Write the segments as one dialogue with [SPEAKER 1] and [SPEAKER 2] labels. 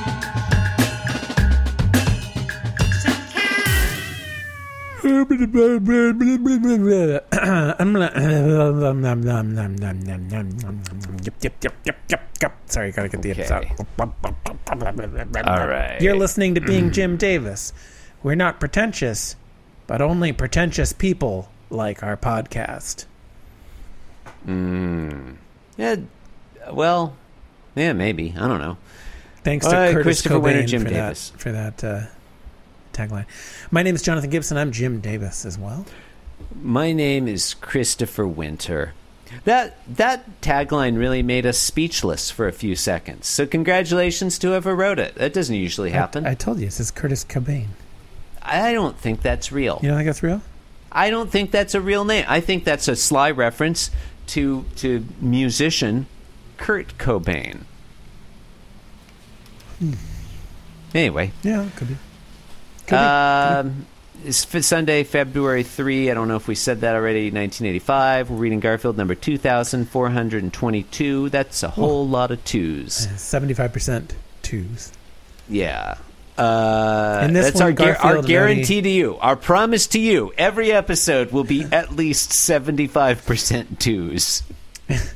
[SPEAKER 1] yep, yep, yep, yep, yep. Sorry, gotta get the
[SPEAKER 2] Okay.
[SPEAKER 1] okay. out.
[SPEAKER 2] All right. Mm.
[SPEAKER 1] You're listening to Being Jim Davis. We're not pretentious, but only pretentious people like our podcast.
[SPEAKER 2] Yeah, well, yeah, maybe. I don't know.
[SPEAKER 1] Thanks to
[SPEAKER 2] All right,
[SPEAKER 1] Curtis
[SPEAKER 2] Christopher Winter,
[SPEAKER 1] Cobain
[SPEAKER 2] Jim
[SPEAKER 1] for
[SPEAKER 2] Davis.
[SPEAKER 1] that for that uh, tagline. My name is Jonathan Gibson. I'm Jim Davis as well.
[SPEAKER 2] My name is Christopher Winter. That that tagline really made us speechless for a few seconds. So congratulations to whoever wrote it. That doesn't usually happen.
[SPEAKER 1] I, I
[SPEAKER 2] I,
[SPEAKER 1] told you this is Curtis Cobain.
[SPEAKER 2] don't think that's real.
[SPEAKER 1] You don't think that's real?
[SPEAKER 2] I don't think that's a real name. I think that's a sly reference to to musician Kurt Cobain.
[SPEAKER 1] Hmm.
[SPEAKER 2] Anyway,
[SPEAKER 1] Yeah, it could be. Could
[SPEAKER 2] Um, it's f- Sunday, February 3. I don't know if we said that already. 1985. We're reading Garfield number 2422. That's a whole lot of twos.
[SPEAKER 1] be. Seventy-five percent twos.
[SPEAKER 2] Yeah. Uh,
[SPEAKER 1] And this
[SPEAKER 2] that's
[SPEAKER 1] one,
[SPEAKER 2] our, gar- our
[SPEAKER 1] Garfield
[SPEAKER 2] guarantee to you, our promise to you. Every episode will be at least 75% twos
[SPEAKER 1] It's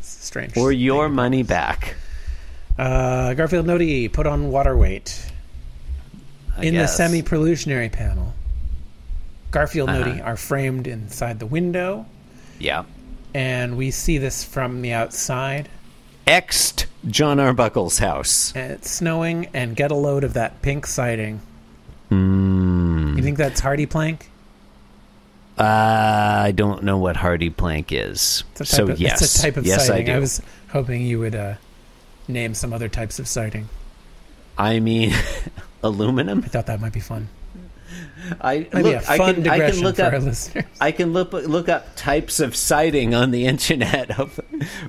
[SPEAKER 1] strange.
[SPEAKER 2] or your money back.
[SPEAKER 1] uh, Garfield Nody put on water weight
[SPEAKER 2] I
[SPEAKER 1] in
[SPEAKER 2] guess.
[SPEAKER 1] the semi-pollutionary panel. Garfield
[SPEAKER 2] Uh-huh.
[SPEAKER 1] Nody are framed inside the window,
[SPEAKER 2] Yeah.
[SPEAKER 1] and we see this from the outside.
[SPEAKER 2] Exed John Arbuckle's house.
[SPEAKER 1] And it's snowing, and get a load of that pink siding.
[SPEAKER 2] Hmm.
[SPEAKER 1] You think that's Hardy plank?
[SPEAKER 2] Uh, I don't know what Hardy plank is.
[SPEAKER 1] It's a type
[SPEAKER 2] so
[SPEAKER 1] of,
[SPEAKER 2] yes,
[SPEAKER 1] it's a type of
[SPEAKER 2] yes, I
[SPEAKER 1] siding.
[SPEAKER 2] do.
[SPEAKER 1] I, was hoping you would uh, name some other types of siding.
[SPEAKER 2] I mean, aluminum.
[SPEAKER 1] I thought that might be fun.
[SPEAKER 2] I
[SPEAKER 1] Maybe a
[SPEAKER 2] look. I
[SPEAKER 1] fun
[SPEAKER 2] can. I
[SPEAKER 1] digression
[SPEAKER 2] can look
[SPEAKER 1] for our
[SPEAKER 2] up.
[SPEAKER 1] listeners.
[SPEAKER 2] I can look look up types of siding on the internet. Of,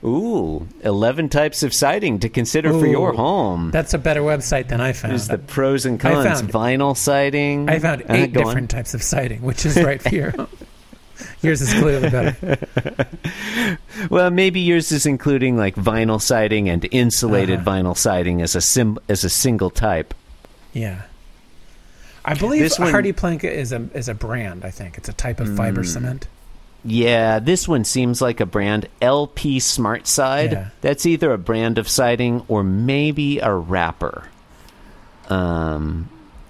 [SPEAKER 2] ooh, eleven types of siding to consider for your
[SPEAKER 1] Ooh.
[SPEAKER 2] home.
[SPEAKER 1] That's a better website than I found.
[SPEAKER 2] There's Hmm. the pros and cons.
[SPEAKER 1] found-
[SPEAKER 2] Vinyl siding.
[SPEAKER 1] I found
[SPEAKER 2] Uh,
[SPEAKER 1] eight
[SPEAKER 2] go on.
[SPEAKER 1] different types of siding, which is right here. Yours is clearly better.
[SPEAKER 2] Well, maybe yours is including like vinyl siding and insulated
[SPEAKER 1] Uh-huh.
[SPEAKER 2] vinyl siding as a sim as a single type.
[SPEAKER 1] Yeah. I believe
[SPEAKER 2] This one- Hmm.
[SPEAKER 1] Hardy plank is a is a brand. I think it's a type of fiber cement.
[SPEAKER 2] Yeah, this one seems like a brand LP Smart Side.
[SPEAKER 1] Yeah.
[SPEAKER 2] That's either a brand of siding or maybe a wrapper. Um,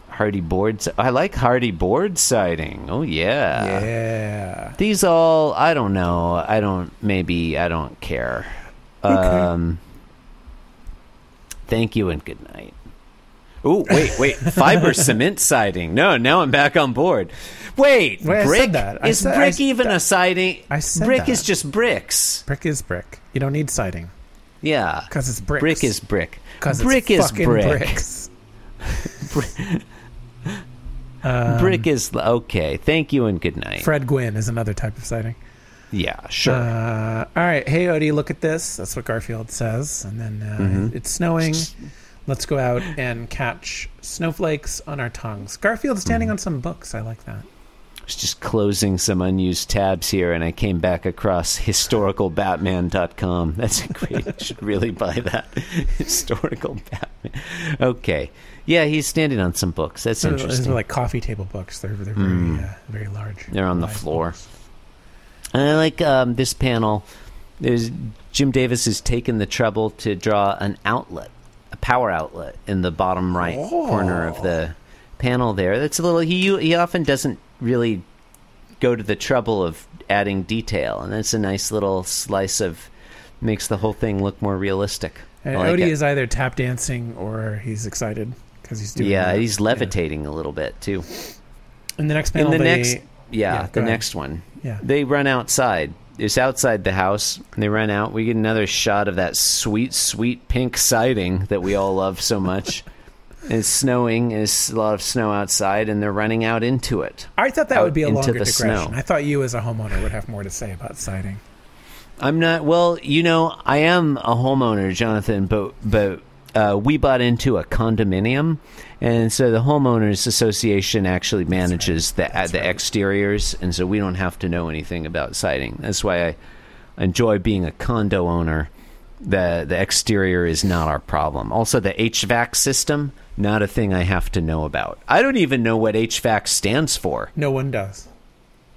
[SPEAKER 2] Hardy boards. I like Hardy board siding. Oh yeah.
[SPEAKER 1] yeah.
[SPEAKER 2] These all I don't know. I don't maybe I don't care. Um Thank you and good night. Oh, wait, wait. Fiber cement siding. No, now I'm back on board. Wait,
[SPEAKER 1] Wait, I said
[SPEAKER 2] brick
[SPEAKER 1] that. I
[SPEAKER 2] is
[SPEAKER 1] said- I
[SPEAKER 2] brick
[SPEAKER 1] s-
[SPEAKER 2] even a siding?
[SPEAKER 1] I said
[SPEAKER 2] brick is
[SPEAKER 1] that.
[SPEAKER 2] just bricks.
[SPEAKER 1] Brick is brick. You don't need siding
[SPEAKER 2] Yeah.
[SPEAKER 1] because it's bricks.
[SPEAKER 2] Brick is brick.
[SPEAKER 1] 'Cause
[SPEAKER 2] Brick
[SPEAKER 1] it's
[SPEAKER 2] is
[SPEAKER 1] fucking
[SPEAKER 2] brick.
[SPEAKER 1] bricks.
[SPEAKER 2] Brick is okay. Thank you and good night.
[SPEAKER 1] Fred Gwynn is another type of siding.
[SPEAKER 2] yeah, sure.
[SPEAKER 1] Uh, all right, hey Odie, look at this. That's what Garfield says, and then uh,
[SPEAKER 2] Mm-hmm.
[SPEAKER 1] it's snowing. Let's go out and catch snowflakes on our tongues. Garfield
[SPEAKER 2] Mm-hmm.
[SPEAKER 1] standing on some books. I like that.
[SPEAKER 2] was just closing some unused tabs here and I came back across historicalbatman.com. That's a great should really buy that. Historical Batman. Okay. Yeah, he's standing on some books. That's
[SPEAKER 1] So These
[SPEAKER 2] interesting. Mm.
[SPEAKER 1] are like coffee table books. They're they're very uh, very large.
[SPEAKER 2] They're on the
[SPEAKER 1] Nice
[SPEAKER 2] floor.
[SPEAKER 1] books.
[SPEAKER 2] And I like um, this panel. There's Jim Davis has taken the trouble to draw an outlet, a power outlet in the bottom right corner of
[SPEAKER 1] Oh.
[SPEAKER 2] the panel there. That's a little he he often doesn't really go to the trouble of adding detail, and that's a nice little slice of makes the whole thing look more realistic. I
[SPEAKER 1] And
[SPEAKER 2] like
[SPEAKER 1] Uh, Odie
[SPEAKER 2] it.
[SPEAKER 1] is either tap dancing or he's excited because he's doing.
[SPEAKER 2] yeah,
[SPEAKER 1] that.
[SPEAKER 2] he's levitating a little bit too.
[SPEAKER 1] In the next
[SPEAKER 2] in
[SPEAKER 1] panel,
[SPEAKER 2] the
[SPEAKER 1] they-
[SPEAKER 2] next yeah,
[SPEAKER 1] yeah,
[SPEAKER 2] the
[SPEAKER 1] go ahead.
[SPEAKER 2] next one
[SPEAKER 1] Yeah.
[SPEAKER 2] they run outside it's outside the house and they run out we get another shot of that sweet sweet pink siding that we all love so much And it's snowing and it's a lot of snow outside and they're running out into it
[SPEAKER 1] I thought that
[SPEAKER 2] out
[SPEAKER 1] would be a
[SPEAKER 2] into
[SPEAKER 1] longer
[SPEAKER 2] the
[SPEAKER 1] digression.
[SPEAKER 2] snow.
[SPEAKER 1] I thought you, as a homeowner, would have more to say about siding.
[SPEAKER 2] i'm not well you know i am a homeowner jonathan but but uh, we bought into a condominium, and so the homeowners association actually manages the uh, the exteriors, and so we don't have to know anything about siding. That's why I enjoy being a condo owner. The the exterior is not our problem. Also, the HVAC system Not a thing I have to know about. I don't even know what HVAC stands for.
[SPEAKER 1] No one does.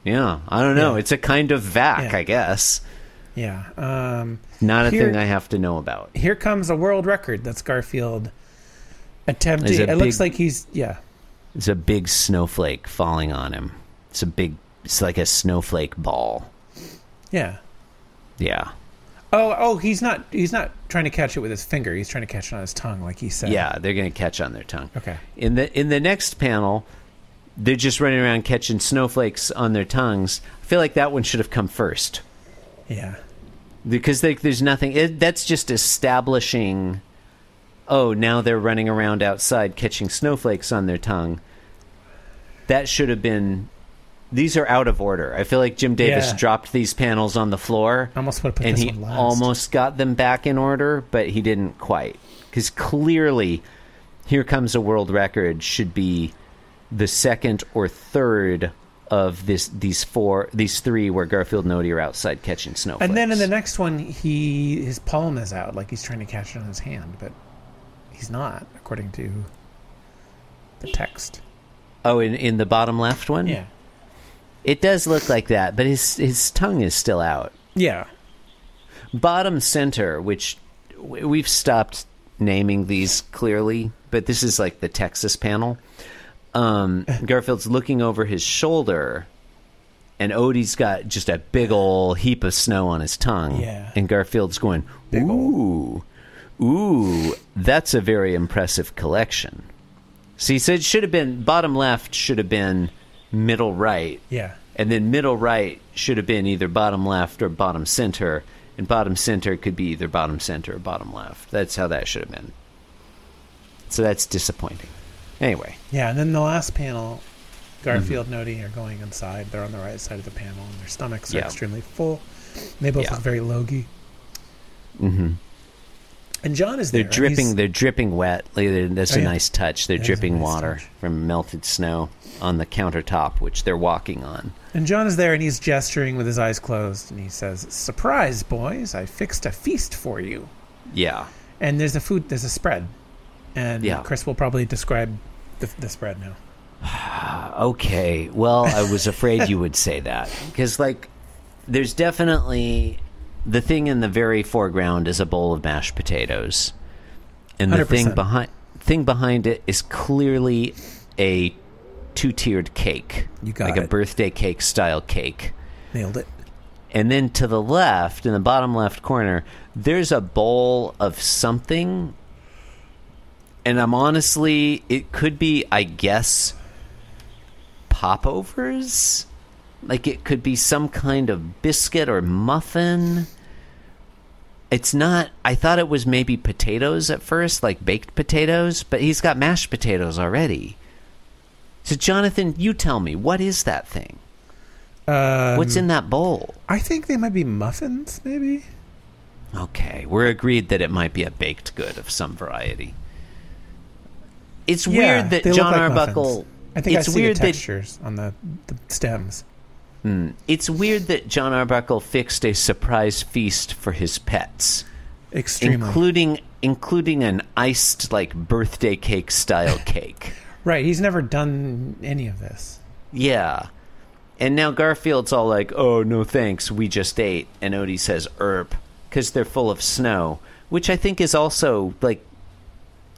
[SPEAKER 2] Yeah, I don't know.
[SPEAKER 1] Yeah.
[SPEAKER 2] It's a kind of vac,
[SPEAKER 1] Yeah.
[SPEAKER 2] I guess.
[SPEAKER 1] Yeah. Um,
[SPEAKER 2] Not a
[SPEAKER 1] Here-
[SPEAKER 2] thing I have to know about.
[SPEAKER 1] here comes a world record that's Garfield attempting.
[SPEAKER 2] Is
[SPEAKER 1] It
[SPEAKER 2] it
[SPEAKER 1] looks
[SPEAKER 2] big-
[SPEAKER 1] like he's yeah.
[SPEAKER 2] It's a big snowflake falling on him. It's a big, it's like a snowflake ball.
[SPEAKER 1] Yeah.
[SPEAKER 2] Yeah.
[SPEAKER 1] Oh, oh, he's not. He's not trying to catch it with his finger. He's trying to catch it on his tongue, like he said.
[SPEAKER 2] Yeah, they're going to catch on their tongue.
[SPEAKER 1] Okay.
[SPEAKER 2] In the in the next panel, they're just running around catching snowflakes on their tongues. I feel like that one should have come first
[SPEAKER 1] Yeah.
[SPEAKER 2] because they, there's nothing. It, that's just establishing. Oh, now they're running around outside catching snowflakes on their tongue. That should have been. These are out of order. I feel like Jim Davis
[SPEAKER 1] Yeah.
[SPEAKER 2] dropped these panels on the floor
[SPEAKER 1] I almost would have put
[SPEAKER 2] and
[SPEAKER 1] this
[SPEAKER 2] he
[SPEAKER 1] one last.
[SPEAKER 2] almost got them back in order, but he didn't quite. Because clearly, here comes a world record should be the second or third of this these four these three where Garfield and Odie are outside catching snowflakes.
[SPEAKER 1] And then in the next one, he his palm is out, like he's trying to catch it on his hand, but he's not, according to the text.
[SPEAKER 2] oh, in in the bottom left one,
[SPEAKER 1] Yeah.
[SPEAKER 2] it does look like that, but his his tongue is still out.
[SPEAKER 1] Yeah.
[SPEAKER 2] Bottom center, which w- we've stopped naming these clearly, but this is like the Texas panel. Um, Garfield's looking over his shoulder, and Odie's got just a big ol' heap of snow on his tongue.
[SPEAKER 1] Yeah.
[SPEAKER 2] And Garfield's going, Ooh, ooh, that's a very impressive collection. See, so it should have been bottom left, should have been middle right
[SPEAKER 1] Yeah.
[SPEAKER 2] and then middle right should have been either bottom left or bottom center, and bottom center could be either bottom center or bottom left. That's how that should have been. So that's disappointing. Anyway,
[SPEAKER 1] Yeah. And then the last panel, Garfield
[SPEAKER 2] Mm-hmm.
[SPEAKER 1] and Odie are going inside. They're on the right side of the panel, and their stomachs are
[SPEAKER 2] Yeah.
[SPEAKER 1] extremely full. They both
[SPEAKER 2] Yeah.
[SPEAKER 1] look very logy. Mm-hmm. And John is
[SPEAKER 2] they're
[SPEAKER 1] there. and
[SPEAKER 2] dripping.
[SPEAKER 1] he's-
[SPEAKER 2] They're dripping wet. Like, they're- That's
[SPEAKER 1] Oh,
[SPEAKER 2] a
[SPEAKER 1] yeah.
[SPEAKER 2] nice touch. They're
[SPEAKER 1] That is a
[SPEAKER 2] dripping
[SPEAKER 1] nice
[SPEAKER 2] water
[SPEAKER 1] touch.
[SPEAKER 2] from melted snow on the countertop, which they're walking on.
[SPEAKER 1] And John is there and he's gesturing with his eyes closed and he says, Surprise, boys, I fixed a feast for you.
[SPEAKER 2] Yeah,
[SPEAKER 1] And there's a food, there's a spread. And
[SPEAKER 2] Yeah.
[SPEAKER 1] Chris will probably describe the, the spread now.
[SPEAKER 2] Uh, Okay. Well, I was afraid you would say that because, like, there's definitely the thing in the very foreground is a bowl of mashed potatoes, and the thing
[SPEAKER 1] 100%.
[SPEAKER 2] behind thing behind it is clearly a two tiered cake,
[SPEAKER 1] You got
[SPEAKER 2] like a
[SPEAKER 1] it.
[SPEAKER 2] birthday cake style cake.
[SPEAKER 1] Nailed it.
[SPEAKER 2] And then to the left, in the bottom left corner, there's a bowl of something. And I'm honestly, it could be, I guess, popovers? Like it could be some kind of biscuit or muffin. It's not, I thought it was maybe potatoes at first, like baked potatoes, but he's got mashed potatoes already. So, Jonathan, you tell me, what is that thing?
[SPEAKER 1] Um,
[SPEAKER 2] What's in that bowl?
[SPEAKER 1] I think they might be muffins, maybe?
[SPEAKER 2] Okay, we're agreed that it might be a baked good of some variety. It's
[SPEAKER 1] Yeah,
[SPEAKER 2] weird that
[SPEAKER 1] they look
[SPEAKER 2] John
[SPEAKER 1] like
[SPEAKER 2] Arbuckle.
[SPEAKER 1] muffins. I think
[SPEAKER 2] it's
[SPEAKER 1] I see
[SPEAKER 2] weird
[SPEAKER 1] the
[SPEAKER 2] that
[SPEAKER 1] textures on the, the stems.
[SPEAKER 2] it's weird that John Arbuckle fixed a surprise feast for his pets,
[SPEAKER 1] Extremely.
[SPEAKER 2] including including an iced like birthday cake style cake.
[SPEAKER 1] right, he's never done any of this.
[SPEAKER 2] Yeah. And now Garfield's all like, oh, no thanks, we just ate. And Odie says, erp, because they're full of snow, which I think is also like,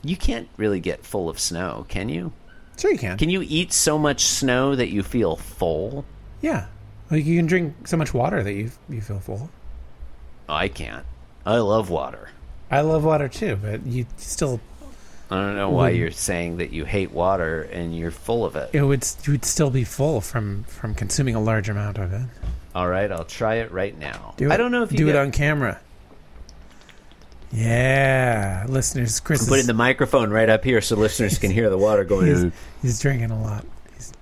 [SPEAKER 2] you can't really get full of snow, can you?
[SPEAKER 1] Sure, you can.
[SPEAKER 2] Can you eat so much snow that you feel full?
[SPEAKER 1] yeah. Like you can drink so much water that you, you feel full.
[SPEAKER 2] Oh, I can't. I love water.
[SPEAKER 1] I love water too, but you still
[SPEAKER 2] I don't know
[SPEAKER 1] Mm-hmm.
[SPEAKER 2] why you're saying that you hate water and you're full of it.
[SPEAKER 1] it would you would still be full from from consuming a large amount of it.
[SPEAKER 2] All right, I'll try it right now.
[SPEAKER 1] Do it.
[SPEAKER 2] I don't know if you
[SPEAKER 1] do
[SPEAKER 2] get-
[SPEAKER 1] it on camera. Yeah, listeners, Chris
[SPEAKER 2] put
[SPEAKER 1] is,
[SPEAKER 2] in the microphone right up here so listeners can hear the water
[SPEAKER 1] he's,
[SPEAKER 2] going.
[SPEAKER 1] he's drinking a lot. He's,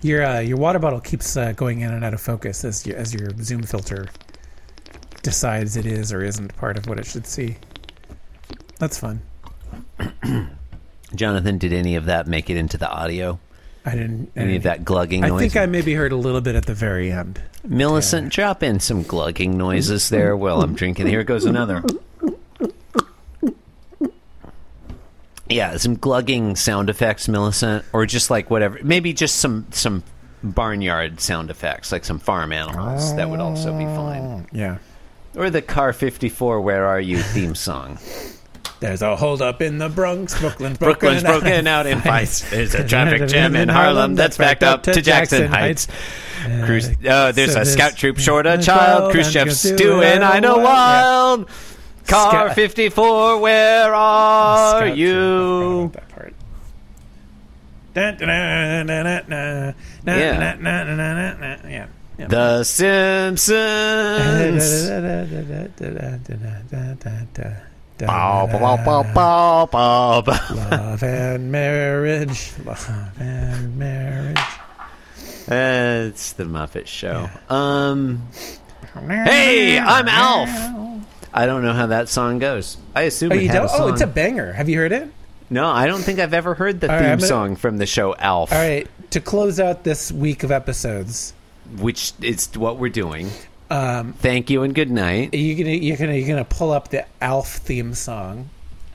[SPEAKER 1] your uh, your water bottle keeps uh, going in and out of focus as your, as your zoom filter decides it is or isn't part of what it should see. That's fun.
[SPEAKER 2] Jonathan, did any of that make it into the audio?
[SPEAKER 1] I didn't. I,
[SPEAKER 2] Any
[SPEAKER 1] didn't-
[SPEAKER 2] of that glugging
[SPEAKER 1] I
[SPEAKER 2] noise?
[SPEAKER 1] think I maybe heard a little bit at the very end.
[SPEAKER 2] Millicent, drop in some glugging noises there while I'm drinking. Here goes another. yeah, some glugging sound effects, Millicent, or just like whatever. Maybe just some some barnyard sound effects, like some farm animals. That would also be fine.
[SPEAKER 1] Yeah.
[SPEAKER 2] Or the Car 54 "Where Are You" theme song.
[SPEAKER 1] There's a holdup in the Bronx. Brooklyn's broken.
[SPEAKER 2] Brooklyn's broken out in fights. There's a traffic jam in Harlem that's backed up to Jackson Heights. Cruise,
[SPEAKER 1] Uh, so
[SPEAKER 2] oh, there's a
[SPEAKER 1] there's-
[SPEAKER 2] scout troop short a
[SPEAKER 1] there's
[SPEAKER 2] child.
[SPEAKER 1] wild,
[SPEAKER 2] Cruise
[SPEAKER 1] and
[SPEAKER 2] chef's
[SPEAKER 1] you're
[SPEAKER 2] doing
[SPEAKER 1] doing
[SPEAKER 2] I know
[SPEAKER 1] wild.
[SPEAKER 2] wild. Car
[SPEAKER 1] Scout-
[SPEAKER 2] 54, where are
[SPEAKER 1] Scout troop. I forgot
[SPEAKER 2] you?
[SPEAKER 1] about That part. Dun, dun, dun, dun, dun, dun, dun,
[SPEAKER 2] Yeah.
[SPEAKER 1] dun, dun, dun, dun, dun, dun. Yeah. Yeah.
[SPEAKER 2] The Simpsons. Bow, bow, bow, bow, bow, bow.
[SPEAKER 1] Love and marriage. Love and marriage.
[SPEAKER 2] Uh, It's the Muppet Show. Um, Hey, I'm Alf. I don't know how that song goes. I assume
[SPEAKER 1] Oh,
[SPEAKER 2] it
[SPEAKER 1] you
[SPEAKER 2] had
[SPEAKER 1] don't?
[SPEAKER 2] a song.
[SPEAKER 1] Oh, it's a banger. Have you heard it?
[SPEAKER 2] No, I don't think I've ever heard the
[SPEAKER 1] All right,
[SPEAKER 2] theme
[SPEAKER 1] I'm gonna-
[SPEAKER 2] song from the show Alf,
[SPEAKER 1] All right. To close out this week of episodes,
[SPEAKER 2] which is what we're doing.
[SPEAKER 1] um,
[SPEAKER 2] Thank you and good night.
[SPEAKER 1] you gonna you're gonna you're gonna pull up the Alf theme song.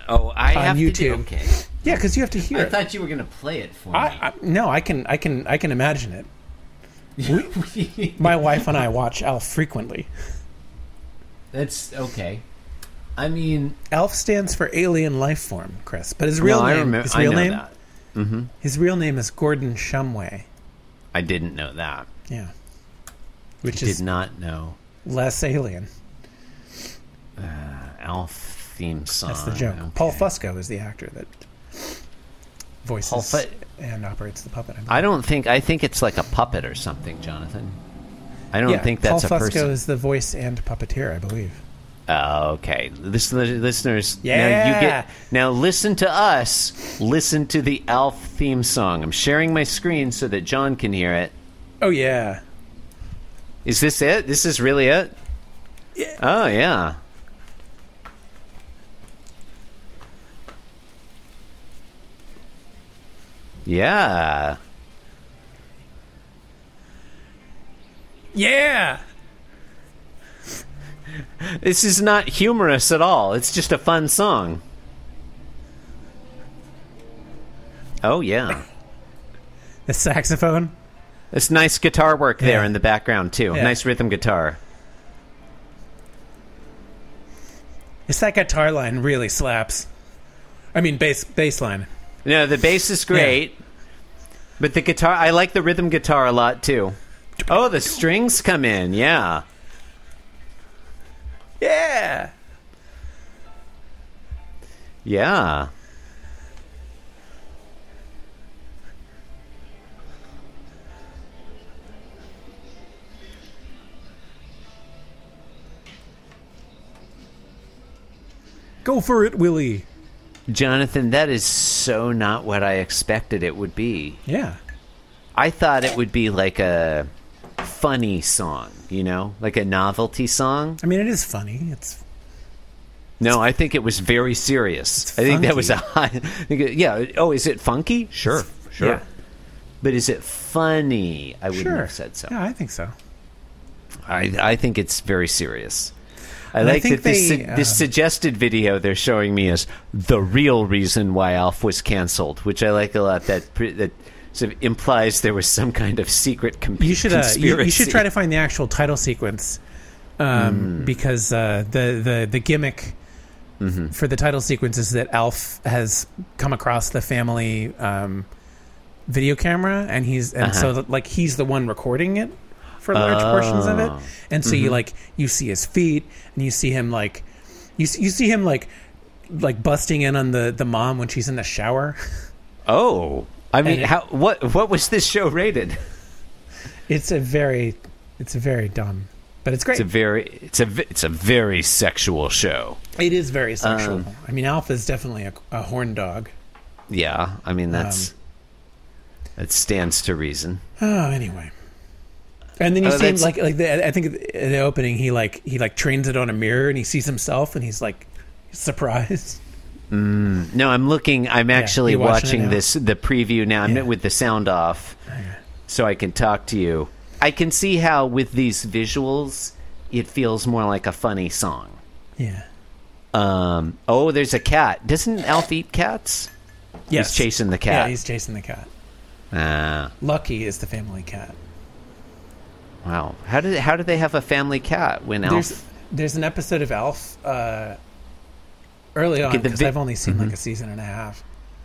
[SPEAKER 2] Oh, I
[SPEAKER 1] On
[SPEAKER 2] have to do-
[SPEAKER 1] YouTube.
[SPEAKER 2] okay.
[SPEAKER 1] Yeah, because you have to hear
[SPEAKER 2] I
[SPEAKER 1] it.
[SPEAKER 2] thought you were going to play it for
[SPEAKER 1] I,
[SPEAKER 2] me.
[SPEAKER 1] I, no, I can I can I can imagine it. We- my wife and I watch Alf frequently.
[SPEAKER 2] That's okay. I mean,
[SPEAKER 1] Alf stands for alien life form, Chris. But his real
[SPEAKER 2] no,
[SPEAKER 1] name
[SPEAKER 2] I remember.
[SPEAKER 1] his
[SPEAKER 2] I
[SPEAKER 1] real
[SPEAKER 2] know
[SPEAKER 1] name
[SPEAKER 2] that.
[SPEAKER 1] his real name is Gordon Shumway.
[SPEAKER 2] I didn't know that.
[SPEAKER 1] Yeah. Which
[SPEAKER 2] Did
[SPEAKER 1] is
[SPEAKER 2] not know
[SPEAKER 1] less alien.
[SPEAKER 2] Alf theme song.
[SPEAKER 1] That's the joke.
[SPEAKER 2] Ah, Okay.
[SPEAKER 1] Paul Fusco is the actor that voices
[SPEAKER 2] Paul Fu-
[SPEAKER 1] and operates the puppet. I believe.
[SPEAKER 2] I don't think. I think it's like a puppet or something, Jonathan. I don't
[SPEAKER 1] yeah,
[SPEAKER 2] think that's
[SPEAKER 1] Paul
[SPEAKER 2] a
[SPEAKER 1] Fusco
[SPEAKER 2] person.
[SPEAKER 1] is the voice and puppeteer, I believe.
[SPEAKER 2] Oh, okay, Listen, listeners. Now you
[SPEAKER 1] Yeah.
[SPEAKER 2] get. Now listen to us. Listen to the Alf theme song. I'm sharing my screen so that John can hear it.
[SPEAKER 1] Oh yeah.
[SPEAKER 2] Is this it? This is really it.
[SPEAKER 1] Yeah.
[SPEAKER 2] Oh yeah. Yeah.
[SPEAKER 1] Yeah.
[SPEAKER 2] This is not humorous at all. It's just a fun song. Oh yeah.
[SPEAKER 1] The saxophone.
[SPEAKER 2] It's nice guitar work there
[SPEAKER 1] Yeah.
[SPEAKER 2] in the background too.
[SPEAKER 1] Yeah.
[SPEAKER 2] Nice rhythm guitar.
[SPEAKER 1] It's that guitar line really slaps. I mean bass bass line.
[SPEAKER 2] No, the bass is great. But the guitar I like the rhythm guitar a lot too. Oh, the strings come in. Yeah.
[SPEAKER 1] Yeah.
[SPEAKER 2] Yeah.
[SPEAKER 1] Go for it, Willie.
[SPEAKER 2] Jonathan, that is so not what I expected it would be.
[SPEAKER 1] Yeah.
[SPEAKER 2] I thought it would be like a funny song, you know, like a novelty song.
[SPEAKER 1] I mean it is funny. It's
[SPEAKER 2] No, I think it was very serious. I think that was a high. I think it- yeah. Oh, is it funky? Sure, sure.
[SPEAKER 1] yeah.
[SPEAKER 2] But is it funny? I wouldn't
[SPEAKER 1] sure.
[SPEAKER 2] have said so.
[SPEAKER 1] Yeah, I think so.
[SPEAKER 2] I, I think it's very serious. I
[SPEAKER 1] I
[SPEAKER 2] like
[SPEAKER 1] think
[SPEAKER 2] that this,
[SPEAKER 1] they,
[SPEAKER 2] su- this
[SPEAKER 1] um,
[SPEAKER 2] suggested video they're showing me is the real reason why Alf was canceled, which I like a lot. That pre- that sort of implies there was some kind of secret com-
[SPEAKER 1] You should uh,
[SPEAKER 2] conspiracy. Hmm.
[SPEAKER 1] you, you should try to find the actual title sequence um, because uh, the the the gimmick
[SPEAKER 2] Mm-hmm.
[SPEAKER 1] for the title sequence is that Alf has come across the family um, video camera and he's and so
[SPEAKER 2] Uh-huh.
[SPEAKER 1] that, like he's the one recording it for large portions of it
[SPEAKER 2] Oh.
[SPEAKER 1] and so you like you see his feet and you see him like you s- you see him like like busting in on the the mom when she's in the shower.
[SPEAKER 2] Oh, I mean,
[SPEAKER 1] And it-
[SPEAKER 2] how what what was this show rated?
[SPEAKER 1] It's a very it's very dumb, but it's great.
[SPEAKER 2] It's a very it's a ve- it's a very sexual show.
[SPEAKER 1] It is very sexual.
[SPEAKER 2] Um,
[SPEAKER 1] I mean, Alpha is definitely a, a horn dog.
[SPEAKER 2] Yeah, I mean
[SPEAKER 1] Um,
[SPEAKER 2] that's that stands to reason.
[SPEAKER 1] Oh, anyway. And then you
[SPEAKER 2] Oh,
[SPEAKER 1] see him
[SPEAKER 2] that's-
[SPEAKER 1] like like the, I think in the opening he like he like trains it on a mirror and he sees himself and he's like surprised.
[SPEAKER 2] No, I'm looking. I'm actually
[SPEAKER 1] you're watching it
[SPEAKER 2] watching
[SPEAKER 1] now.
[SPEAKER 2] this the preview now. I'm
[SPEAKER 1] Yeah.
[SPEAKER 2] with the sound off, so I can talk to you. I can see how with these visuals, it feels more like a funny song.
[SPEAKER 1] Yeah.
[SPEAKER 2] Um, oh, there's a cat. Doesn't Alf eat cats?
[SPEAKER 1] Yes.
[SPEAKER 2] He's chasing the
[SPEAKER 1] Yeah,
[SPEAKER 2] cat.
[SPEAKER 1] he's chasing the cat.
[SPEAKER 2] Ah,
[SPEAKER 1] Lucky is the family cat.
[SPEAKER 2] wow. How did how do they have a family cat when
[SPEAKER 1] There's
[SPEAKER 2] Alf?
[SPEAKER 1] there's an episode of Elf uh, early on
[SPEAKER 2] Okay, the
[SPEAKER 1] because
[SPEAKER 2] vi- Mm-hmm.
[SPEAKER 1] I've only seen like a season and a half.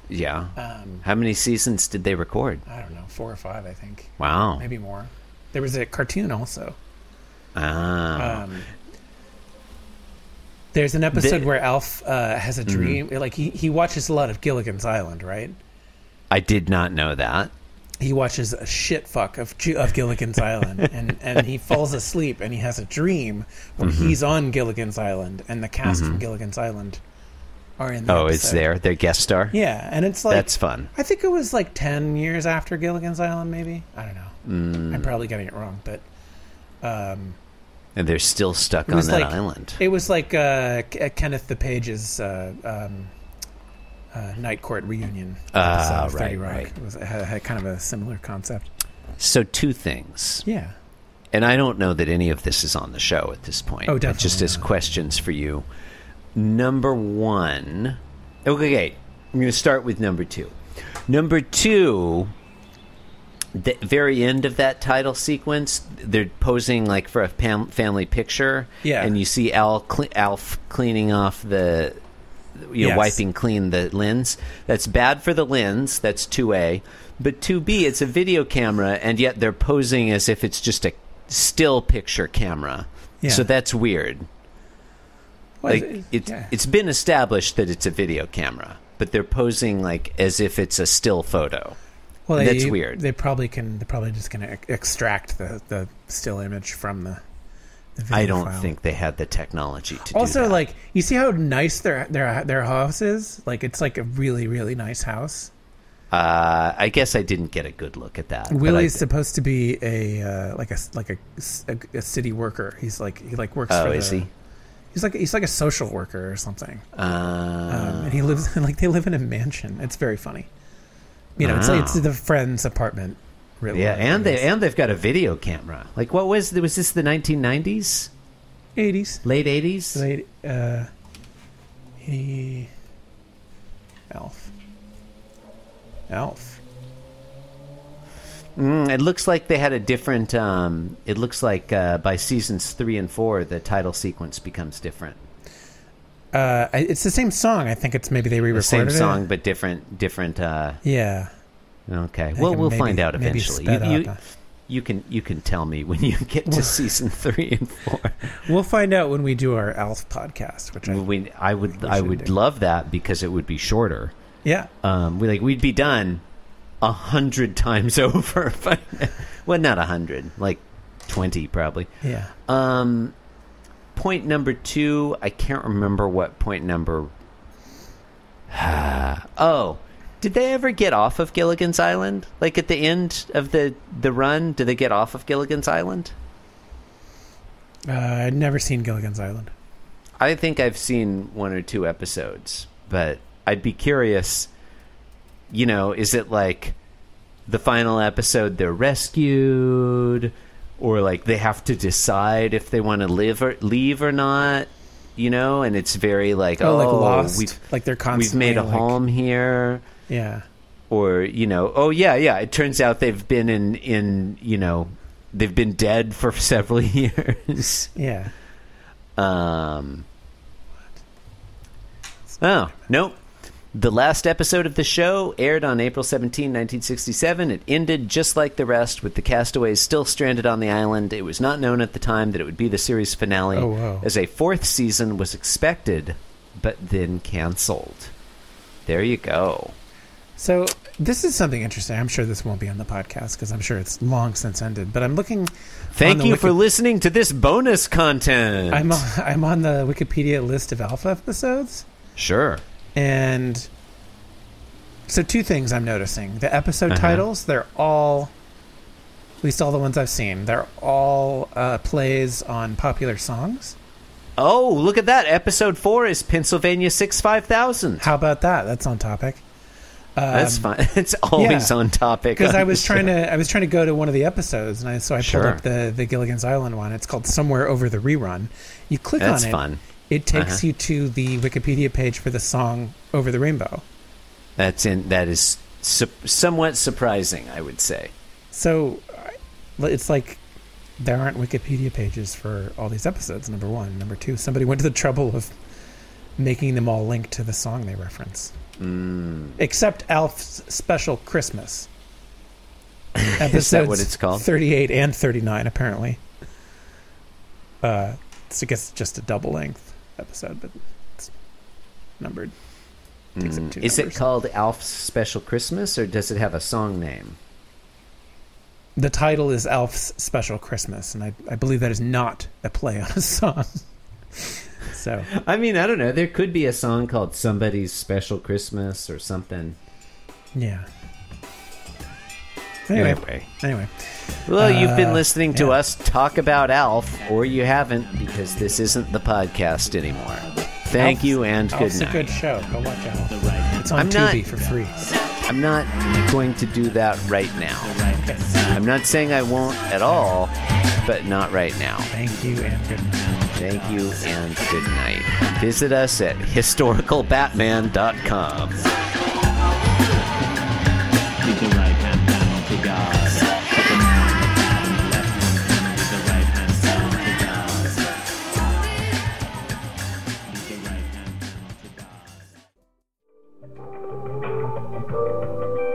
[SPEAKER 2] Yeah.
[SPEAKER 1] Um,
[SPEAKER 2] How many seasons did they record?
[SPEAKER 1] I don't know, four or five, I think,
[SPEAKER 2] Wow.
[SPEAKER 1] maybe more. There was a cartoon also.
[SPEAKER 2] Ah.
[SPEAKER 1] Um, there's an episode
[SPEAKER 2] The- Mm-hmm.
[SPEAKER 1] where Alf uh, has a dream. Like he, he watches a lot of Gilligan's Island, right?
[SPEAKER 2] I did not know that.
[SPEAKER 1] He watches a shit fuck of Ju- of Gilligan's Island, and and he falls asleep, and he has a dream where
[SPEAKER 2] Mm-hmm.
[SPEAKER 1] he's on Gilligan's Island, and the cast from Gilligan's Island are in. The
[SPEAKER 2] Oh, it's
[SPEAKER 1] episode.
[SPEAKER 2] there. Their guest star.
[SPEAKER 1] Yeah, and it's like
[SPEAKER 2] That's fun.
[SPEAKER 1] I think it was like ten years after Gilligan's Island, maybe. I don't know.
[SPEAKER 2] Mm.
[SPEAKER 1] I'm probably getting it wrong, but um,
[SPEAKER 2] And they're still stuck
[SPEAKER 1] it
[SPEAKER 2] on
[SPEAKER 1] was
[SPEAKER 2] that
[SPEAKER 1] like
[SPEAKER 2] island.
[SPEAKER 1] it was like uh, K- Kenneth the Page's uh, um, uh, Night Court reunion.
[SPEAKER 2] Ah,
[SPEAKER 1] episode of 30
[SPEAKER 2] right,
[SPEAKER 1] Rock.
[SPEAKER 2] right.
[SPEAKER 1] It was it had, had kind of a similar concept.
[SPEAKER 2] So two things.
[SPEAKER 1] Yeah,
[SPEAKER 2] And I don't know that any of this is on the show at this point.
[SPEAKER 1] Oh,
[SPEAKER 2] but
[SPEAKER 1] definitely
[SPEAKER 2] Just as
[SPEAKER 1] not.
[SPEAKER 2] questions for you. Number one. Okay, I'm going to start with number two. Number two, the very end of that title sequence, they're posing like for a fam- family picture.
[SPEAKER 1] Yeah.
[SPEAKER 2] And you see Al cle- Alf cleaning off the, you know,
[SPEAKER 1] Yes.
[SPEAKER 2] wiping clean the lens. That's bad for the lens. That's 2A. But 2B, it's a video camera, and yet they're posing as if it's just a still picture camera.
[SPEAKER 1] Yeah.
[SPEAKER 2] So that's weird.
[SPEAKER 1] Well,
[SPEAKER 2] like it's
[SPEAKER 1] yeah.
[SPEAKER 2] it's been established that it's a video camera, but they're posing like as if it's a still photo.
[SPEAKER 1] well, they,
[SPEAKER 2] that's weird.
[SPEAKER 1] They probably can. They're probably just going to extract the, the still image from the. the video
[SPEAKER 2] I don't
[SPEAKER 1] file.
[SPEAKER 2] think they had the technology to do
[SPEAKER 1] Also,
[SPEAKER 2] that.
[SPEAKER 1] like you see how nice their their their house is. Like it's like a really really nice house.
[SPEAKER 2] uh, I guess I didn't get a good look at that. but I-
[SPEAKER 1] Willie's supposed to be a uh, like a like a, a, a city worker. He's like he like works.
[SPEAKER 2] oh,
[SPEAKER 1] for
[SPEAKER 2] is
[SPEAKER 1] the,
[SPEAKER 2] he?
[SPEAKER 1] He's like he's like a social worker or something. Um,
[SPEAKER 2] Uh,
[SPEAKER 1] and he lives like they live in a mansion. It's very funny. You know, it's
[SPEAKER 2] Wow.
[SPEAKER 1] like it's the friend's apartment. Really,
[SPEAKER 2] Ah. yeah, and they and they've got a video camera. Like, what was was this the 1990s,
[SPEAKER 1] eighties.
[SPEAKER 2] late 80s?
[SPEAKER 1] Late, uh, he, Elf, Elf.
[SPEAKER 2] Mm, it looks like they had a different. Um, it looks like uh, by seasons three and four, the title sequence becomes different.
[SPEAKER 1] Uh, I- it's the same song. I think it's maybe they
[SPEAKER 2] The
[SPEAKER 1] re-recorded
[SPEAKER 2] same
[SPEAKER 1] it.
[SPEAKER 2] song, but different different. Uh,
[SPEAKER 1] Yeah,
[SPEAKER 2] Okay.
[SPEAKER 1] I
[SPEAKER 2] Well,
[SPEAKER 1] can
[SPEAKER 2] we'll
[SPEAKER 1] maybe-
[SPEAKER 2] find out
[SPEAKER 1] maybe
[SPEAKER 2] eventually.
[SPEAKER 1] sped
[SPEAKER 2] You, you,
[SPEAKER 1] up.
[SPEAKER 2] you can you can tell me when you get to season three and four.
[SPEAKER 1] we'll find out when we do our Elf podcast. Which I,
[SPEAKER 2] We, I would
[SPEAKER 1] We
[SPEAKER 2] I
[SPEAKER 1] should
[SPEAKER 2] would
[SPEAKER 1] do.
[SPEAKER 2] love that because it would be shorter.
[SPEAKER 1] yeah,
[SPEAKER 2] Um, we like we'd be done a hundred times over. But, well, not a hundred, like twenty probably.
[SPEAKER 1] yeah.
[SPEAKER 2] Um, point number two, I can't remember what point number. oh, did they ever get off of Gilligan's Island? Like at the end of the the run, do they get off of Gilligan's Island?
[SPEAKER 1] Uh, I'd never seen Gilligan's Island.
[SPEAKER 2] I think I've seen one or two episodes, but I'd be curious. You know, is it like the final episode they're rescued, or like they have to decide if they want to live or leave or not? You know, and it's very like
[SPEAKER 1] Oh,
[SPEAKER 2] oh,
[SPEAKER 1] like Lost.
[SPEAKER 2] we've
[SPEAKER 1] like they're
[SPEAKER 2] we've
[SPEAKER 1] constantly
[SPEAKER 2] made a
[SPEAKER 1] like-
[SPEAKER 2] home here,
[SPEAKER 1] Yeah,
[SPEAKER 2] or you know, oh yeah, yeah. It turns out they've been in in you know they've been dead for several years.
[SPEAKER 1] yeah.
[SPEAKER 2] Um, oh, nope. The last episode of the show aired on April 17, 1967. It ended just like the rest, with the castaways still stranded on the island. It was not known at the time that it would be the series finale,
[SPEAKER 1] Oh, wow.
[SPEAKER 2] as a fourth season was expected, but then canceled. There you go.
[SPEAKER 1] So this is something interesting. I'm sure this won't be on the podcast because I'm sure it's long since ended. But I'm looking. on
[SPEAKER 2] Thank
[SPEAKER 1] the
[SPEAKER 2] you for
[SPEAKER 1] Wiki-
[SPEAKER 2] listening to this bonus content.
[SPEAKER 1] I'm on, I'm on the Wikipedia list of Alpha episodes,
[SPEAKER 2] sure.
[SPEAKER 1] and so two things I'm noticing: the episode
[SPEAKER 2] Uh-huh.
[SPEAKER 1] titles. They're all, at least all the ones I've seen. They're all uh, plays on popular songs.
[SPEAKER 2] Oh, look at that. Episode 4 is Pennsylvania 65000.
[SPEAKER 1] How about that? That's on topic. Um,
[SPEAKER 2] That's fine. It's always
[SPEAKER 1] yeah.
[SPEAKER 2] on topic.
[SPEAKER 1] because
[SPEAKER 2] on
[SPEAKER 1] I
[SPEAKER 2] the
[SPEAKER 1] was trying
[SPEAKER 2] show.
[SPEAKER 1] to I was trying to go to one of the episodes, and I, so I pulled
[SPEAKER 2] Sure.
[SPEAKER 1] up the the Gilligan's Island one. It's called Somewhere Over the Rerun. You click
[SPEAKER 2] That's
[SPEAKER 1] on it,
[SPEAKER 2] fun.
[SPEAKER 1] it takes
[SPEAKER 2] Uh-huh.
[SPEAKER 1] you to the Wikipedia page for the song Over the Rainbow,
[SPEAKER 2] That's in that is su- somewhat surprising, I would say.
[SPEAKER 1] So uh, it's like there aren't Wikipedia pages for all these episodes. Number one, number two, somebody went to the trouble of making them all link to the song they reference,
[SPEAKER 2] Mm.
[SPEAKER 1] except Alf's special Christmas.
[SPEAKER 2] Is that what
[SPEAKER 1] Episodes
[SPEAKER 2] it's called?
[SPEAKER 1] Thirty-eight and thirty-nine, apparently. Uh, it's, I guess just a double-length episode, but it's numbered. Takes up two
[SPEAKER 2] Mm. Is it
[SPEAKER 1] numbers.
[SPEAKER 2] called Alf's Special Christmas, or does it have a song name?
[SPEAKER 1] The title is Alf's Special Christmas, and I, I believe that is not a play on a song. so
[SPEAKER 2] I mean, I don't know. There could be a song called Somebody's Special Christmas or something.
[SPEAKER 1] yeah. Anyway,
[SPEAKER 2] Anyway.
[SPEAKER 1] anyway,
[SPEAKER 2] Well, you've been
[SPEAKER 1] Uh,
[SPEAKER 2] listening to
[SPEAKER 1] yeah.
[SPEAKER 2] us talk about Alf, or you haven't, because this isn't the podcast anymore. Thank
[SPEAKER 1] Alf's-
[SPEAKER 2] you and good
[SPEAKER 1] Alf's a
[SPEAKER 2] night.
[SPEAKER 1] good show. Go watch Alf. It's on
[SPEAKER 2] I'm
[SPEAKER 1] TV
[SPEAKER 2] not-
[SPEAKER 1] for free.
[SPEAKER 2] I'm not going to do that right now.
[SPEAKER 1] Yes.
[SPEAKER 2] I'm not saying I won't at all, but not right now.
[SPEAKER 1] Thank you and good night.
[SPEAKER 2] Thank you and good night. Visit us at historicalbatman.com.
[SPEAKER 3] With the right hand down to God. With the man in the cab and the left hand down. With the right hand down to God. With the right hand down to God.